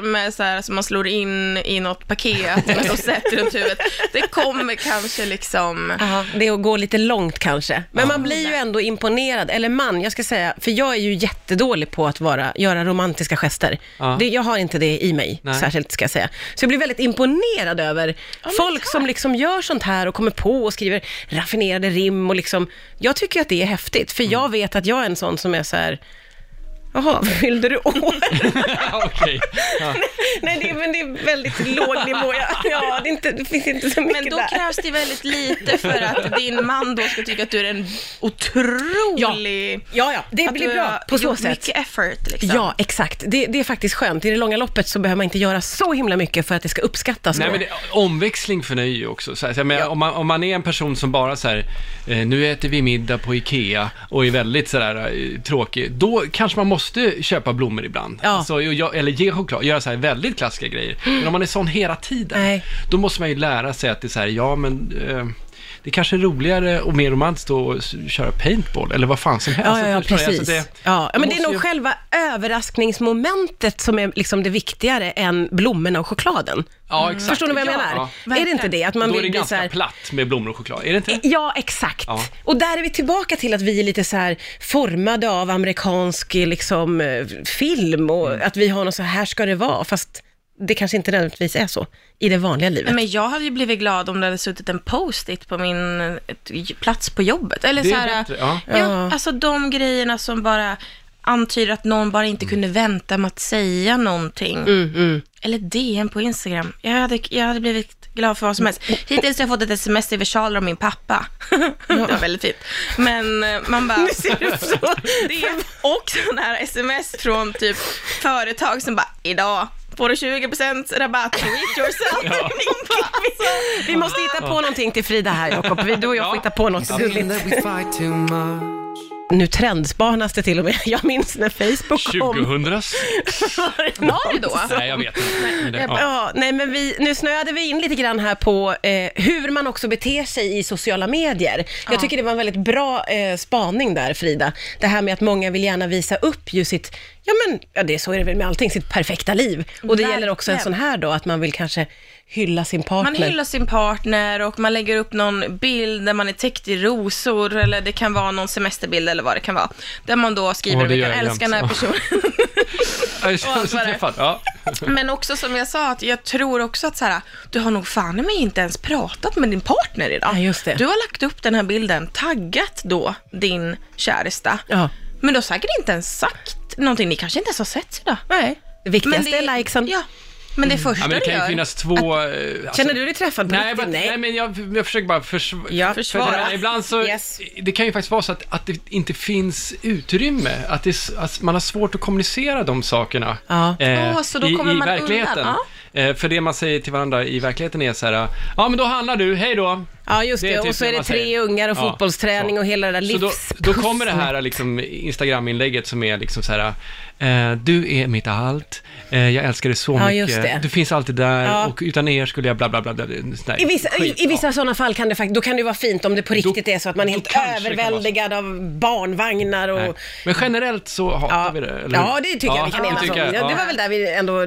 Speaker 3: med så här, som man slår in i något paket och så sätter runt huvudet. Det kommer kanske liksom...
Speaker 2: Ja, det är att gå lite långt kanske. Men man blir ju ändå imponerad, eller man, jag ska säga, för jag är ju jättedålig på att vara, göra romantiska gester.
Speaker 4: Ja.
Speaker 2: Det, jag har inte det i mig,
Speaker 4: Nej.
Speaker 2: särskilt ska jag säga. Så jag blir väldigt imponerad över folk som liksom gör sånt här och kommer på och skriver raffinerade rim och liksom, jag tycker att det är häftigt, för
Speaker 4: Mm.
Speaker 2: jag vet att jag är en sån som är så här, jaha, fyllde du år?
Speaker 4: Ja, okej. Ja.
Speaker 2: Nej, det är, men det är väldigt låg nivå. Jag, ja, det, är inte, det finns inte så mycket
Speaker 3: Men då
Speaker 2: där.
Speaker 3: krävs det väldigt lite för att din man då ska tycka att du är en otrolig...
Speaker 2: Ja, ja, det
Speaker 3: att
Speaker 2: blir
Speaker 3: du
Speaker 2: bra
Speaker 3: har
Speaker 2: på så
Speaker 3: gjort
Speaker 2: sätt.
Speaker 3: mycket effort liksom.
Speaker 2: Ja, exakt. Det, det är faktiskt skönt. I det långa loppet så behöver man inte göra så himla mycket för att det ska uppskattas.
Speaker 4: Nej,
Speaker 2: då.
Speaker 4: men det, omväxling förnöjer ju också. Så här, så här, men om, man, om man är en person som bara så här, eh, nu äter vi middag på Ikea och är väldigt sådär eh, tråkig, då kanske man måste köpa blommor ibland.
Speaker 2: Ja. Mm.
Speaker 4: Alltså, och jag, eller ge choklad, göra så här väldigt klassiska grejer. Men om man är sån hela tiden,
Speaker 2: Nej.
Speaker 4: då måste man ju lära sig att det är så här, ja men eh, det kanske är roligare och mer romantiskt då att s- köra paintball eller vad fan som helst.
Speaker 2: Ja, ja, ja
Speaker 4: Alltså, förstår du?
Speaker 2: precis.
Speaker 4: Alltså, det-
Speaker 2: ja, ja, men det
Speaker 4: måste
Speaker 2: är nog
Speaker 4: ju-
Speaker 2: själva överraskningsmomentet som är liksom det viktigare än blommorna och chokladen.
Speaker 4: Ja, exakt.
Speaker 2: Förstår ni vad jag
Speaker 4: Ja,
Speaker 2: menar?
Speaker 4: ja.
Speaker 2: Är det inte det? Att man
Speaker 4: Då är
Speaker 2: vill bli så
Speaker 4: det ganska
Speaker 2: här,
Speaker 4: platt med blommor och choklad, är det inte det?
Speaker 2: Ja, exakt.
Speaker 4: Ja.
Speaker 2: Och där är vi tillbaka till att vi är lite så här formade av amerikansk liksom, eh, film och
Speaker 4: Mm.
Speaker 2: att vi har något så här ska det vara, fast det kanske inte nödvändigtvis är så i det vanliga livet.
Speaker 3: Nej, Men jag hade ju blivit glad om det hade suttit en post-it på min eh, ett- plats på jobbet. Eller
Speaker 4: Det är
Speaker 3: så här,
Speaker 4: bättre, ja.
Speaker 2: Ja.
Speaker 3: Alltså de grejerna som bara antyder att någon bara inte kunde vänta med att säga någonting. Eller DM på Instagram. Jag hade, jag hade blivit glad för vad som helst. Hittills har jag fått ett sms till versaler av min pappa. det var väldigt fint. Men eh, man bara... det och sådana här sms från typ företag som bara, idag får du 20% rabatt, treat yourself. Man bara, alltså,
Speaker 2: Vi måste hitta på någonting till Frida här, Jakob. Vi- Du och jag får hitta på något
Speaker 5: Feeling
Speaker 2: gulligt.
Speaker 5: that we fight too much.
Speaker 2: Nu trendspanas det till och med. Jag minns när Facebook kom.
Speaker 4: 2000?
Speaker 3: Var det då?
Speaker 4: Nej, jag vet inte. Men det-
Speaker 2: Ja.
Speaker 4: ja.
Speaker 2: nej men vi, nu snöade vi in lite grann här på eh, hur man också beter sig i sociala medier. Jag tycker det var en väldigt bra eh, spaning där Frida. Det här med att många vill gärna visa upp ju sitt, ja men ja, det är så är det väl med allting, sitt perfekta liv. Och det gäller också en sån
Speaker 3: Verkligen.
Speaker 2: här då, att man vill kanske hylla sin partner.
Speaker 3: Man hyllar sin partner och man lägger upp någon bild där man är täckt i rosor eller det kan vara någon semesterbild eller vad det kan vara. Där man då skriver
Speaker 4: Åh, det
Speaker 3: vilka
Speaker 4: gör jag
Speaker 3: älskar den
Speaker 4: jämt.
Speaker 3: här personen.
Speaker 4: Jag är så-
Speaker 3: allt
Speaker 4: så
Speaker 3: vad det är.
Speaker 4: träffad. Ja.
Speaker 3: Men också som jag sa, att jag tror också att så här, du har nog fan i mig inte ens pratat med din partner idag.
Speaker 2: Ja, just det.
Speaker 3: Du har lagt upp den här bilden, taggat då din käresta.
Speaker 2: Ja.
Speaker 3: Men du har säkert inte ens sagt någonting, ni kanske inte ens har sett idag. Nej.
Speaker 2: Det viktigaste är likesen. Mm.
Speaker 3: Ja, men det första
Speaker 4: ja, men det
Speaker 3: du
Speaker 4: kan ju
Speaker 3: gör.
Speaker 4: finnas två... eh, alltså-
Speaker 2: Känner du dig träffad på
Speaker 4: Nej,
Speaker 2: riktigt?
Speaker 4: men, nej, men jag, jag försöker bara försv-
Speaker 2: Ja.
Speaker 4: För det
Speaker 2: Försvara.
Speaker 4: här, ibland så,
Speaker 2: Yes.
Speaker 4: det kan ju faktiskt vara så att, att det inte finns utrymme, att, det, är s- att man har svårt att kommunicera de sakerna eh,
Speaker 2: Ja.
Speaker 3: Åh, så då kommer
Speaker 4: i, i
Speaker 3: man
Speaker 4: verkligheten.
Speaker 3: undan,
Speaker 4: Eh, för det man säger till varandra i verkligheten är så här, ja men då handlar du, hej då.
Speaker 2: Ja, just det.
Speaker 4: är typ
Speaker 2: och så är det
Speaker 4: man
Speaker 2: tre
Speaker 4: säger.
Speaker 2: ungar och
Speaker 4: Ja,
Speaker 2: fotbollsträning
Speaker 4: så.
Speaker 2: och hela det där
Speaker 4: Så då, då kommer det
Speaker 2: livspusslet.
Speaker 4: här liksom, Instagram-inlägget som är liksom så här, eh, du är mitt allt, eh, jag älskar dig så
Speaker 2: Ja, just
Speaker 4: mycket,
Speaker 2: det.
Speaker 4: du finns alltid där
Speaker 2: Ja.
Speaker 4: och utan er skulle jag bla bla bla. bla
Speaker 2: I vissa, i, i vissa sådana fall kan det, fakt- då kan det vara fint om det på riktigt är så att man är
Speaker 4: då
Speaker 2: helt
Speaker 4: kanske det kan vara så.
Speaker 2: överväldigad av barnvagnar och...
Speaker 4: Nej. Men generellt så hatar
Speaker 2: Ja.
Speaker 4: vi det, eller hur?
Speaker 2: ja, det tycker jag vi kan
Speaker 4: det
Speaker 2: enas om.
Speaker 4: tycker jag,
Speaker 2: Ja, det var väl där vi ändå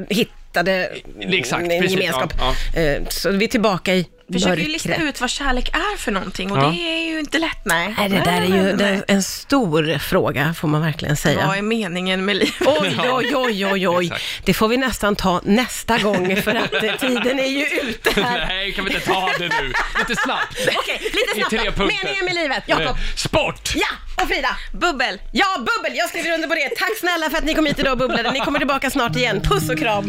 Speaker 2: hittade mm,
Speaker 4: Exakt,
Speaker 2: en
Speaker 4: precis,
Speaker 2: gemenskap.
Speaker 4: ja,
Speaker 2: Eh, Så vi är tillbaka i
Speaker 3: Försöker ju lista
Speaker 2: mörkret.
Speaker 3: ut vad kärlek är för någonting och
Speaker 4: Ja.
Speaker 3: det är ju inte lätt. Nej,
Speaker 2: Nej, det där är ju
Speaker 3: Nej,
Speaker 2: det
Speaker 3: nej,
Speaker 2: är
Speaker 3: nej.
Speaker 2: en stor fråga, får man verkligen säga.
Speaker 3: Vad är meningen med livet?
Speaker 2: Oj, oj, oj, oj, oj.
Speaker 4: Exakt.
Speaker 2: Det får vi nästan ta nästa gång för att eh, tiden är ju ute här.
Speaker 4: Nej, kan vi inte ta det nu? Lite snabbt.
Speaker 2: Okej, lite
Speaker 4: I
Speaker 2: snabbt
Speaker 4: tre
Speaker 2: då.
Speaker 4: punkter.
Speaker 2: Meningen med livet,
Speaker 4: Eh,
Speaker 2: Jakob.
Speaker 4: Sport!
Speaker 2: Ja, och Frida.
Speaker 3: Bubbel!
Speaker 2: Ja, bubbel! Jag skriver under på det. Tack snälla för att ni kom hit idag och bubblade. Ni kommer tillbaka snart igen. Puss och kram!